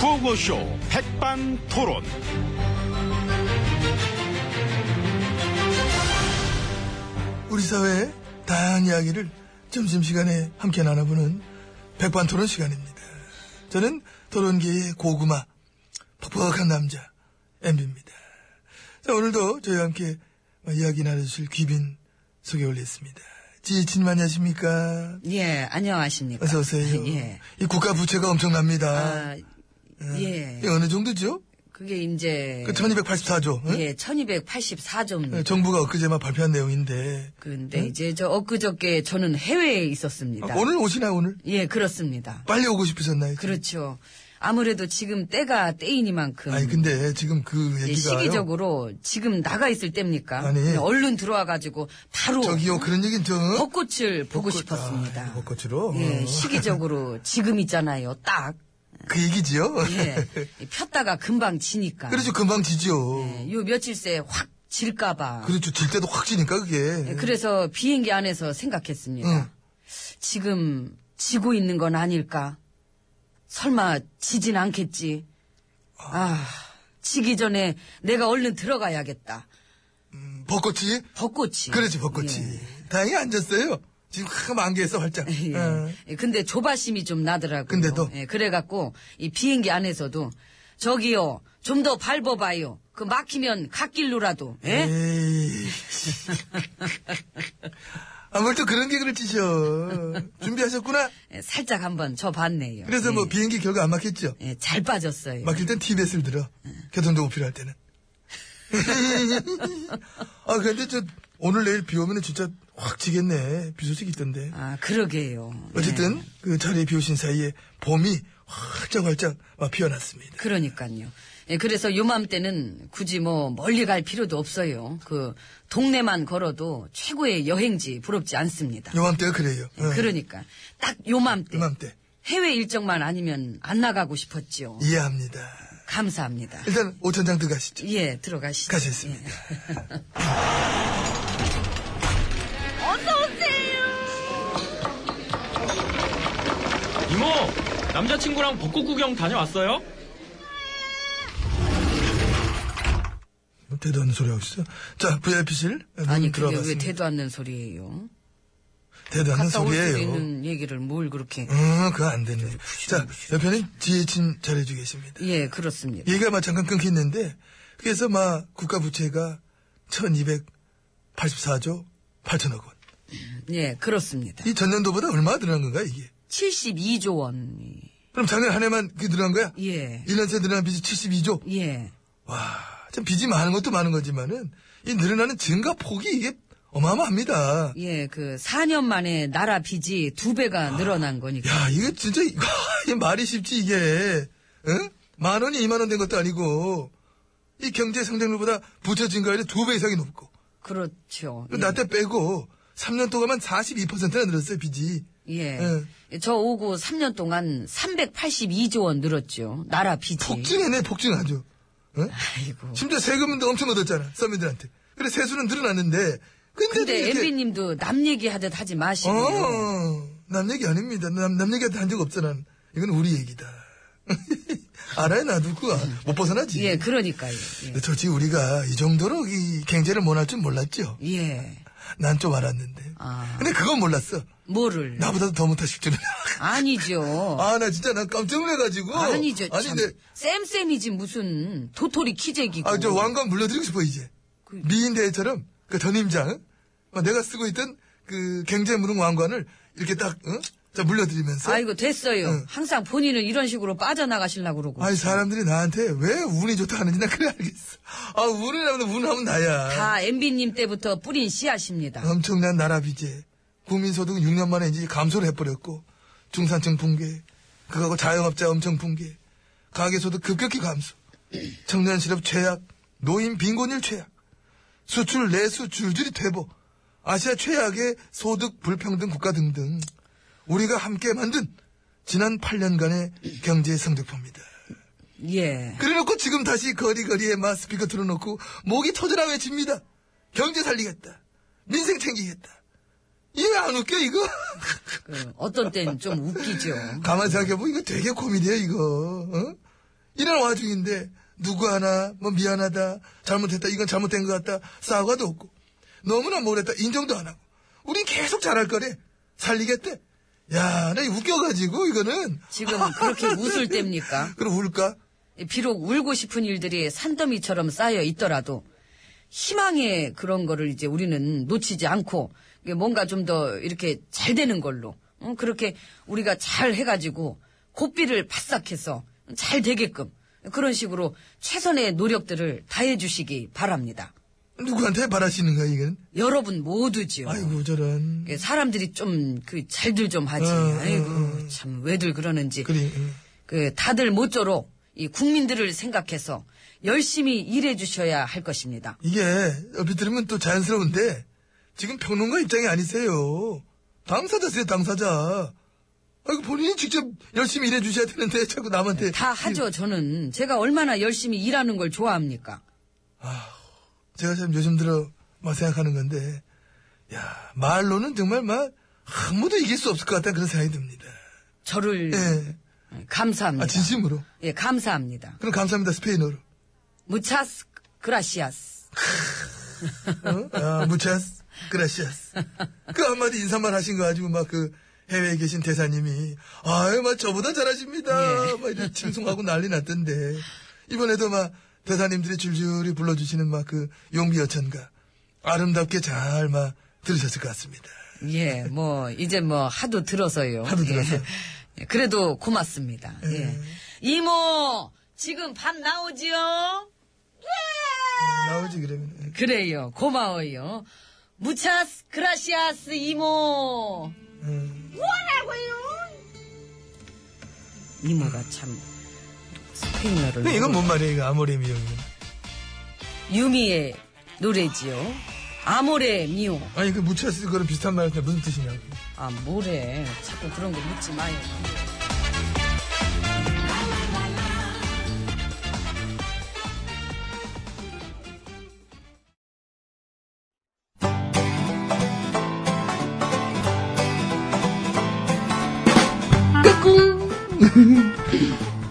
구호쇼 백반토론. 우리 사회의 다양한 이야기를 점심시간에 함께 나눠보는 백반토론 시간입니다. 저는 토론계의 고구마, 퍽퍽한 남자, 엠비입니다. 자, 오늘도 저희와 함께 이야기 나눠주실 귀빈 소개 올렸습니다. 지혜진님 안녕하십니까? 예, 안녕하십니까. 어서오세요. 예. 이 국가 부채가 엄청납니다. 아, 예. 이게 어느 정도죠? 그게 이제. 음. 그 1284조. 응? 예, 1284조입니다. 예, 정부가 엊그제만 발표한 내용인데. 근데 이제 저 엊그저께 저는 해외에 있었습니다. 아, 오늘 오시나, 오늘? 예, 그렇습니다. 빨리 오고 싶으셨나요? 지금? 그렇죠. 아무래도 지금 때가 때이니만큼. 아니, 근데 지금 그 얘기가. 이제 음. 예, 시기적으로 지금 나가 있을 때입니까? 아니. 그냥 얼른 들어와가지고 바로 저기요, 그런 얘기는 저. 벚꽃을 보고 벚꽃, 싶었습니다. 아, 벚꽃으로? 예, 어. 시기적으로 지금 있잖아요. 딱. 그 얘기지요? 예, 폈다가 금방 지니까. 그렇죠, 금방 지죠. 예, 요 며칠 새에 확 질까봐. 네, 그렇죠, 질 때도 확 지니까, 그게. 예, 그래서 비행기 안에서 생각했습니다. 응. 지금 지고 있는 건 아닐까? 설마 지진 않겠지? 아, 지기 전에 내가 얼른 들어가야겠다. 음, 벚꽃이? 벚꽃이. 그렇지, 벚꽃이. 다행히 앉았어요. 지금 확 만개했어, 활짝. 예. 어. 예, 근데 조바심이 좀 나더라고요. 근데도? 예, 그래갖고 이 비행기 안에서도 저기요 좀 더 밟아봐요. 그 막히면 갓길로라도. 예? 에이. 아무래도 그런 게 그렇지죠. 준비하셨구나. 예, 살짝 한번 저 봤네요. 그래서 뭐 예. 비행기 결과 안 막혔죠? 예, 잘 빠졌어요. 막힐 땐 TBS를 들어. 교통정보 필요할 때는. 아, 근데 저, 오늘 내일 비 오면 은 진짜 확 지겠네. 비 소식 있던데. 아, 그러게요. 어쨌든, 네. 그 자리에 비 오신 사이에 봄이 활짝활짝 막 피어났습니다. 그러니까요. 예, 그래서 요맘때는 굳이 뭐 멀리 갈 필요도 없어요. 그 동네만 걸어도 최고의 여행지 부럽지 않습니다. 요맘때가 그래요. 어, 예, 그러니까 딱 요맘때 네. 요맘때. 해외 일정만 아니면 안 나가고 싶었지요. 예. 이해합니다. 감사합니다. 일단, 오천장 들어가시죠. 예, 들어가시죠. 예. 가시겠습니다. 이모, 남자친구랑 벚꽃 구경 다녀왔어요? 뭐 대단한 소리 하고 있어. 자, VIP실. 예. 아니 그게 왜 들어봤습니다. 대도 않는 소리예요? 대단한 갔다 올 수도 소리예요. 있는 얘기를 뭘 그렇게? 음, 그거 안 되네. 자, 옆에는 지혜진 잘해주 계십니다. 예, 그렇습니다. 얘기가 막 잠깐 끊겼는데, 그래서 막 국가 부채가 1284조 8천억 원. 예, 그렇습니다. 이 전년도보다 얼마나 늘어난 건가, 이게? 72조 원이 그럼 작년 한 해만 그게 늘어난 거야? 예. 1년 새 늘어난 빚이 72조? 예. 와, 참 빚이 많은 것도 많은 거지만은, 이 늘어나는 증가 폭이 이게 어마어마합니다. 예, 그 4년 만에 나라 빚이 두 배가 늘어난 거니까. 야, 이거 진짜, 와, 이게 말이 쉽지, 이게. 응? 만 원이 2만 원 된 것도 아니고, 이 경제 성장률보다 부채 증가율이 두 배 이상이 높고, 그렇죠. 예. 음. 나 때 빼고 3년 동안만 42%나 늘었어요, 빚이. 예. 예. 저 오고 3년 동안 382조 원 늘었죠. 나라 빚이. 폭증했네, 폭증하죠. 어? 아이고. 뭐. 심지어 세금도 엄청 얻었잖아, 서민들한테. 그래, 세수는 늘어났는데. 근데도 근데 이렇게- 엠비 님도 남 얘기하듯 하지 마시고. 요 어, 남 얘기 아닙니다. 남, 남 얘기한테 한 적 없어, 난. 이건 우리 얘기다. 알아야 나도 그거 아- 못 벗어나지. 예, 그러니까요. 예. 근데 솔직히 우리가 이 정도로 이 경제를 못할 줄 몰랐죠. 예. 난 좀 알았는데. 아. 근데 그건 몰랐어. 뭐를? 나보다도 더 못하실 줄은. 아니죠. 아, 나 진짜 나 깜짝 놀래가지고. 어. 아니죠. 아니, 참. 근데 쌤쌤이지 무슨 도토리 키재기고. 아, 저 왕관 물려드리고 싶어, 이제. 미인대회처럼, 그 전임장, 어, 내가 쓰고 있던 그 경제무릉 왕관을 이렇게 딱, 어? 자, 물려드리면서. 이고 됐어요. 응. 항상 본인은 이런 식으로 빠져나가시려고 그러고. 아니, 사람들이 나한테 왜 운이 좋다 하는지 나 그래 알겠어. 아, 운이라면 운하면 나야. 다 엠비님 때부터 뿌린 씨앗입니다. 엄청난 나라 빚에 국민소득 6년 만에 이제 감소를 해버렸고 중산층 붕괴 그거하고 자영업자 엄청 붕괴 가계소득 급격히 감소 청년 실업 최악 노인 빈곤율 최악 수출 내수 줄줄이 퇴보 아시아 최악의 소득 불평등 국가 등등 우리가 함께 만든 지난 8년간의 경제 성적표입니다. 예. 그래놓고 지금 다시 거리거리에 마 스피커 틀어놓고 목이 터져라 외칩니다. 경제 살리겠다. 민생 챙기겠다. 이게 안 웃겨 이거? 그, 어떤 때는 좀 웃기죠. 가만 생각해보면 이거 되게 고민이에요 이거. 어? 이런 와중인데 누구 하나 뭐 미안하다 잘못했다 이건 잘못된 것 같다 사과도 없고 너무나 뭘했다 인정도 안 하고 우린 계속 잘할 거래 살리겠대 야나 이거 웃겨가지고 이거는 지금 그렇게 웃을 때입니까? 그럼 울까? 비록 울고 싶은 일들이 산더미처럼 쌓여 있더라도 희망의 그런 거를 이제 우리는 놓치지 않고 이게 뭔가 좀 더 이렇게 잘 되는 걸로 응, 그렇게 우리가 잘 해가지고 고삐를 바싹해서 잘 되게끔 그런 식으로 최선의 노력들을 다해 주시기 바랍니다. 누구한테 바라시는 거야 이건? 여러분 모두지요. 아이고 저런 이게 사람들이 좀 그 잘들 좀 하지. 어, 어, 아이고 참 왜들 그러는지. 그래 그 다들 모쪼록 이 국민들을 생각해서 열심히 일해 주셔야 할 것입니다. 이게 옆에 들으면 또 자연스러운데 지금 평론가 입장이 아니세요. 당사자세요, 당사자. 아이고 본인이 직접 열심히 일해 주셔야 되는데 자꾸 남한테 다 하죠. 저는 제가 얼마나 열심히 일하는 걸 좋아합니까? 제가 참 요즘 들어 막 생각하는 건데 야 말로는 정말 막 아무도 이길 수 없을 것 같다는 그런 생각이 듭니다. 저를 예, 감사합니다. 아 진심으로. 예, 감사합니다. 그럼 감사합니다 스페인어로. 무차스 그라시아스. 어? 아, 무차스, 그라시아스. 그 한마디 인사만 하신 거 가지고 막 그 해외에 계신 대사님이 아유 막 저보다 잘하십니다. 예. 막 이렇게 칭송하고 난리 났던데 이번에도 막 대사님들이 줄줄이 불러주시는 막 그 용비 여천가 아름답게 잘 막 들으셨을 것 같습니다. 예, 뭐 이제 뭐 하도 들어서요. 하도 들어서. 네. 예. 그래도 고맙습니다. 예. 이모 지금 밥 나오지요? 나오지 그러면 그래요. 고마워요. 무차스 그라시아스 이모. 음. 이모가 참 스페인어를 근데 이건 뭐- 뭔 말이에요? 이거 아모레 미용이. 유미의 노래지요. 아모레 미오. 아니 그 무차스 그거랑 비슷한 말인데 무슨 뜻이냐고. 아 모래. 자꾸 그런 거 묻지 마요.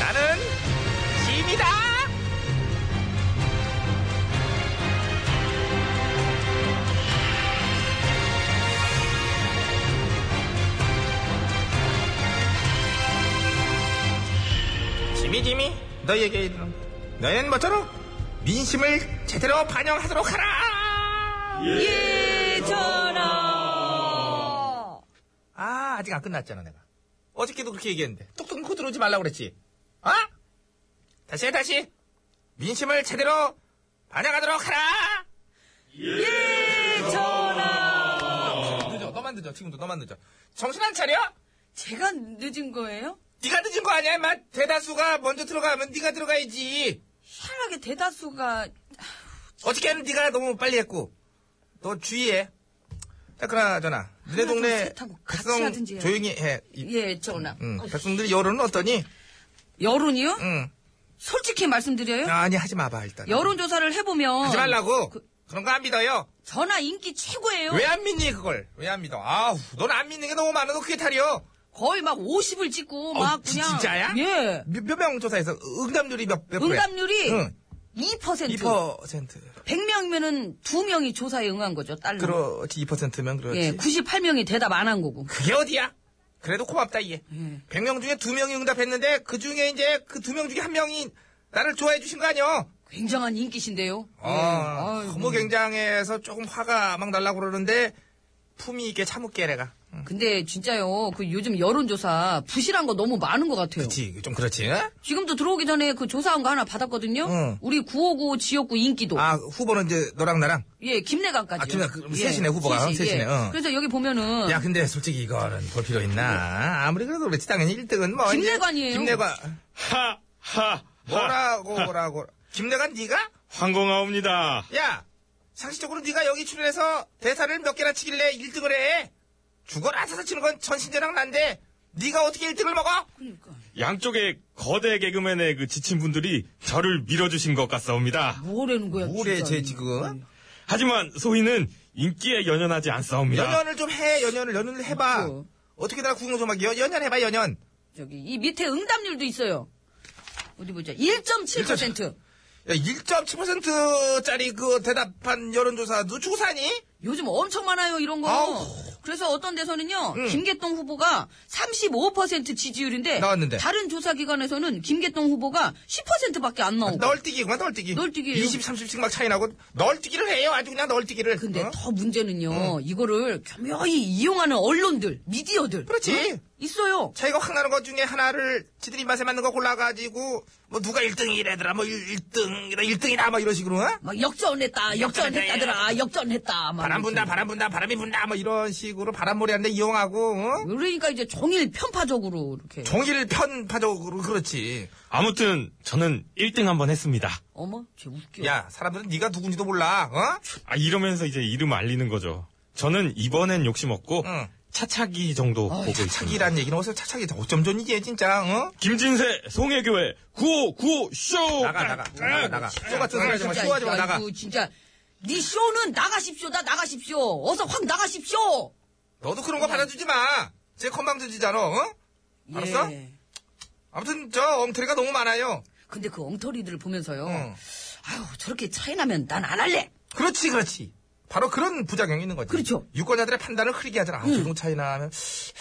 나는 짐이다. 지미 지미 너희에게 이르노. 너희는 모쪼록 민심을 제대로 반영하도록 하라 예, 전하! 아 아직 안 끝났잖아 내가 어저께도 그렇게 얘기했는데 똑똑 놓고 들어오지 말라고 그랬지 어? 다시 해 다시 민심을 제대로 반영하도록 하라 예, 전하! 늦어 너만 늦어 지금도 너만 늦어 정신 안 차려? 제가 늦은 거예요? 네가 늦은 거 아니야 임마 대다수가 먼저 들어가면 네가 들어가야지 희한하게 대다수가 어저께는 네가 너무 빨리 했고 너 주의해 야, 그나저나 하나 너네 좀 동네 세탁하고 같이 백성 하든지 해야지. 조용히 해 이- 예, 전하. 응, 음, 백성들 여론은 어떠니? 여론이요? 응. 솔직히 말씀드려요. 아니, 하지 마봐, 일단. 네? 여론조사를 해보면 하지 말라고. 그... 런 거 안 믿어요. 전화 인기 최고예요. 왜 안 믿니, 그걸? 왜 안 믿어? 아우, 넌 안 믿는 게 너무 많아서 그게 탈이요. 거의 막 50을 찍고 막 지- 그냥 진짜야? 예. 몇 명 조사해서 응답률이 몇, 몇 프로야? 응답률이 응. 2%. 2%. 100명이면은 2명이 조사에 응한 거죠, 딸로. 그렇지, 2%면 그렇지. 예, 98명이 대답 안 한 거고. 그게 어디야? 그래도 고맙다, 얘. 예. 100명 중에 2명이 응답했는데, 그 중에 이제 그 2명 중에 한명이 나를 좋아해 주신 거 아니야? 굉장한 인기신데요. 어, 예, 아이고. 너무 굉장해서 조금 화가 막 날라고 그러는데, 품위 있게 참을게, 내가. 응. 근데 진짜요, 그 요즘 여론조사 부실한 거 너무 많은 것 같아요. 그치, 좀 그렇지. 지금도 들어오기 전에 그 조사한 거 하나 받았거든요. 응. 우리 959 지역구 인기도. 아, 후보는 이제 너랑 나랑. 예, 김내강까지. 아, 김내- 그럼 셋이네, 후보가. 셋이네, 어. 예. 그래서 여기 보면은. 야, 근데 솔직히 이거는 볼 필요 있나? 아무리 그래도 그렇지. 당연히 1등은 뭐. 이제 김내관이에요. 김내관. 하, 하, 하. 뭐라고, 뭐라고. 김내관 네가 황공하옵니다. 야! 상식적으로 네가 여기 출연해서 대사를 몇 개나 치길래 1등을 해? 죽어라 사서 치는 건 전신대랑 난데 네가 어떻게 1등을 먹어? 그러니까. 양쪽에 거대 개그맨의 그 지친 분들이 저를 밀어주신 것 같사옵니다. 뭐라는 거야, 뭐래 진짜. 쟤 지금? 하지만 소희는 인기에 연연하지 않사옵니다. 연연을 좀 해, 연연을, 연연을 해봐. 어. 어떻게 나 구경 좀 하기. 연- 연연해봐, 연연. 저기, 이 밑에 응답률도 있어요. 어디 보자. 1.7%. 야, 1.7%짜리 그 대답한 여론조사 누추고 사니? 요즘 엄청 많아요, 이런 거. 아우. 그래서 어떤 데서는요, 김계동 후보가 35% 지지율인데, 나왔는데. 다른 조사기관에서는 김계동 후보가 10%밖에 안 나오고. 널뛰기구만, 널뛰기. 어. 널뛰기예요. 20, 30씩 막 차이 나고 널뛰기를 해요. 아주 그냥 널뛰기를. 근데 어? 더 문제는요, 이거를 교묘히 이용하는 언론들, 미디어들. 그렇지. 응? 있어요. 차이가 확 나는 것 중에 하나를 지들 입맛에 맞는 거 골라가지고 뭐 누가 1등이래더라 뭐 1, 등이다 1등이다 뭐 이런 식으로 어? 막 역전했다, 역전했다, 역전했다더라, 역전했다. 막 바람 이렇게. 분다 바람 분다 바람이 분다 뭐 이런 식으로 바람몰이 하는데 이용하고 어? 그러니까 이제 종일 편파적으로 이렇게. 종일 편파적으로 그렇지 아무튼 저는 1등 한번 했습니다. 어머, 쟤 웃겨. 야 사람들은 네가 누군지도 몰라 어? 아, 이러면서 이제 이름 알리는 거죠. 저는 이번엔 욕심 없고 응. 차차기 정도 보고 그렇죠. 있습니다. 차차기란 얘기는 어서 차차기 어쩜 좋니 얘 진짜 어? 김진세 송혜교회 9595 쇼. 나가 나가 나가 나가 쇼 같은 소리 하지 마 진짜, 쇼 하지 마 아이고, 나가 진짜. 네 쇼는 나가십시오, 나 나가십시오. 어서 확 나가십시오. 너도 그런 거 예. 받아주지 마쟤 건방지지잖아 어? 알았어? 예. 아무튼 저 엉터리가 너무 많아요 근데 그 엉터리들을 보면서요. 응. 아유, 저렇게 차이 나면 난 안 할래. 그렇지, 그렇지. 바로 그런 부작용이 있는 거지. 그렇죠. 음. 유권자들의 판단을 흐리게 하잖아. 아, 조정 차이나 하면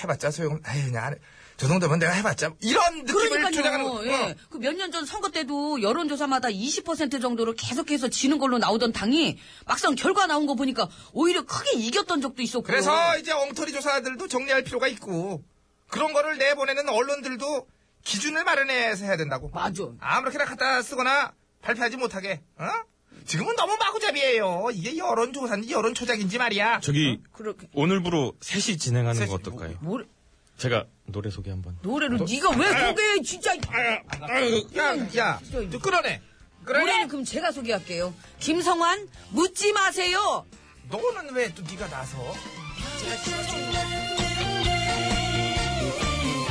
해봤자 소용. 에이, 그냥 안 해. 저 정도면 내가 해봤자 뭐 이런 느낌을 조장하는 그러니까요. 거. 예. 어. 그 몇 년 전 선거 때도 여론조사마다 20% 정도로 계속해서 지는 걸로 나오던 당이 막상 결과 나온 거 보니까 오히려 크게 이겼던 적도 있었고. 그래서 어. 이제 엉터리 조사들도 정리할 필요가 있고 그런 거를 내보내는 언론들도 기준을 마련해서 해야 된다고. 맞아. 아무렇게나 갖다 쓰거나 발표하지 못하게. 어? 지금은 너무 마구잡이에요. 이게 여론조사인지 여론조작인지 말이야. 저기 그렇게 오늘부로 셋이 진행하는 셋이 뭐, 거 어떨까요? 노래, 제가 노래 소개 한번. 노래를 네가 왜 아, 소개해 진짜. 야, 야, 예. 진짜. 좀 끌어내. 끌어내. 노래는 그럼 제가 소개할게요. 김성환 묻지 마세요. 너는 왜 또 네가 나서? Thank you.